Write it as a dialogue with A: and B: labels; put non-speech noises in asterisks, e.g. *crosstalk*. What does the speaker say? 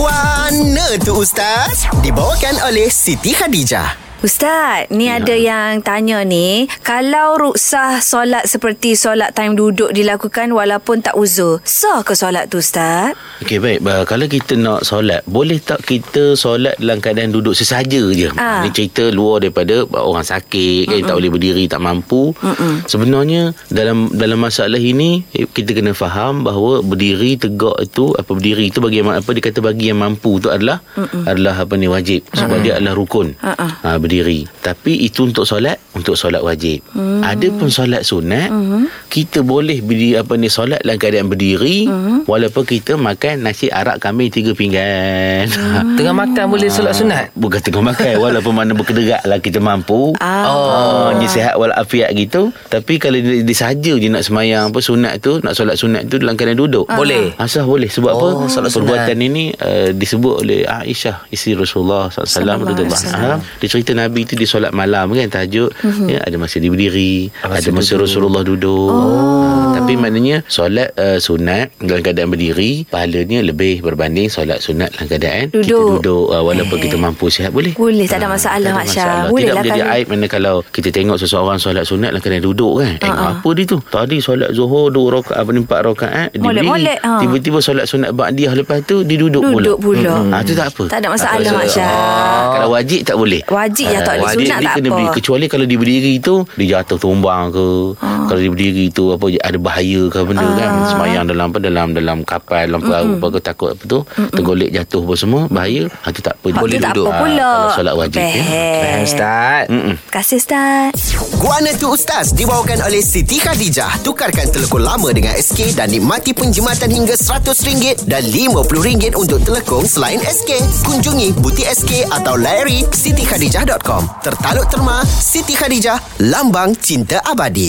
A: Guana tu Ustaz Dibawakan oleh Siti Khadijah
B: Ustaz, ni ya. ada yang tanya ni, kalau ruksah solat seperti solat time duduk dilakukan walaupun tak uzur, sah ke solat tu Ustaz?
C: Okey baik uh, Kalau kita nak solat Boleh tak kita solat Dalam keadaan duduk sesaja je
B: Ah.
C: ha. Ni cerita luar daripada Orang sakit kan, Tak boleh berdiri Tak mampu Mm-mm. Sebenarnya Dalam dalam masalah ini eh, Kita kena faham Bahawa berdiri tegak itu Apa berdiri itu Bagi yang ma- apa Dia kata bagi yang mampu Itu adalah Mm-mm. Adalah apa ni wajib Sebab Mm-mm. dia adalah rukun
B: Mm-mm.
C: ha, Berdiri Tapi itu untuk solat Untuk solat wajib mm. Ada pun solat sunat mm. Kita boleh berdiri, apa ni Solat dalam keadaan berdiri mm. Walaupun kita makan Nasi arak kambing Tiga pinggan *laughs* mm.
D: Tengah makan boleh solat sunat
C: Ah. Bukan tengah makan Walaupun mana bergerak lah Kita mampu
B: Ah.
C: Oh Dia sihat walafiat gitu Tapi kalau dia, dia sahaja je Nak semayang apa Sunat tu Nak solat sunat tu Dalam keadaan
B: Ah.
C: duduk
D: Boleh.
C: Asah boleh Sebab apa
D: Oh, solat
C: Perbuatan ini uh, Disebut oleh Aisyah Isteri Rasulullah SAW
B: Sallallahu alaihi wasallam. Mhm.
C: ha? Dia cerita Nabi tu Dia solat malam kan Tahajud mm-hmm. ya, Ada masa dia berdiri
D: Masa
C: Ada masa
D: duduk.
C: Rasulullah duduk oh. ha, Tapi maknanya Solat uh, sunat Dalam keadaan berdiri Pahalanya lebih Berbanding solat sunat Dalam keadaan Kita
B: Duduk.
C: duduk uh, Walaupun
B: Eh.
C: kita mampu sihat Boleh Ah,
B: Boleh, tak ada masalah,
C: tak ada
B: Mak
C: masalah.
B: Syah. Boleh
C: Tidak
B: lah
C: menjadi
B: kalau-
C: aib mana kalau kita tengok seseorang solat sunat lah kena duduk kan. Tengok
B: Ha-ha.
C: apa dia tu? Tadi solat zuhur dua rakaat apa ni, empat rakaat eh, dia
B: Molek-molek,
C: berdiri.
B: ha.
C: Tiba-tiba solat sunat ba'diyah lepas tu dia duduk pula.
B: Duduk pula.
C: Hmm. Ah tu tak apa.
B: Tak ada masalah,
C: Tak ada
B: Mak Syah.
C: Ah, Kalau wajib tak boleh.
B: Wajib je
C: Ah,
B: tak boleh.
C: wajib
B: Sunat
C: dia
B: tak
C: kena
B: apa.
C: Berdiri. Kecuali kalau dia berdiri tu dia jatuh tumbang ke.
B: Ah.
C: Kalau dia berdiri tu apa ada bahaya ke benda kan. Semayang dalam apa dalam dalam kapal dalam perahu apa ke takut apa tu tergolek jatuh apa semua bahaya. Ah tu tak apa.
B: Hak
D: Boleh
B: tu tak
D: duduk.
B: apa pula.
C: Ah, kalau solat wajib ya.
B: Eh,
D: Faham Eh, Ustaz
C: Mm-mm.
B: Terima kasih Ustaz.
A: Guana tu Ustaz Dibawakan oleh Siti Khadijah Tukarkan telekong lama dengan SK Dan nikmati penjimatan hingga RM100 Dan RM50 untuk telekong selain SK Kunjungi butik SK atau layari sitikhadijah.com Tertaluk terma Siti Khadijah Lambang Cinta Abadi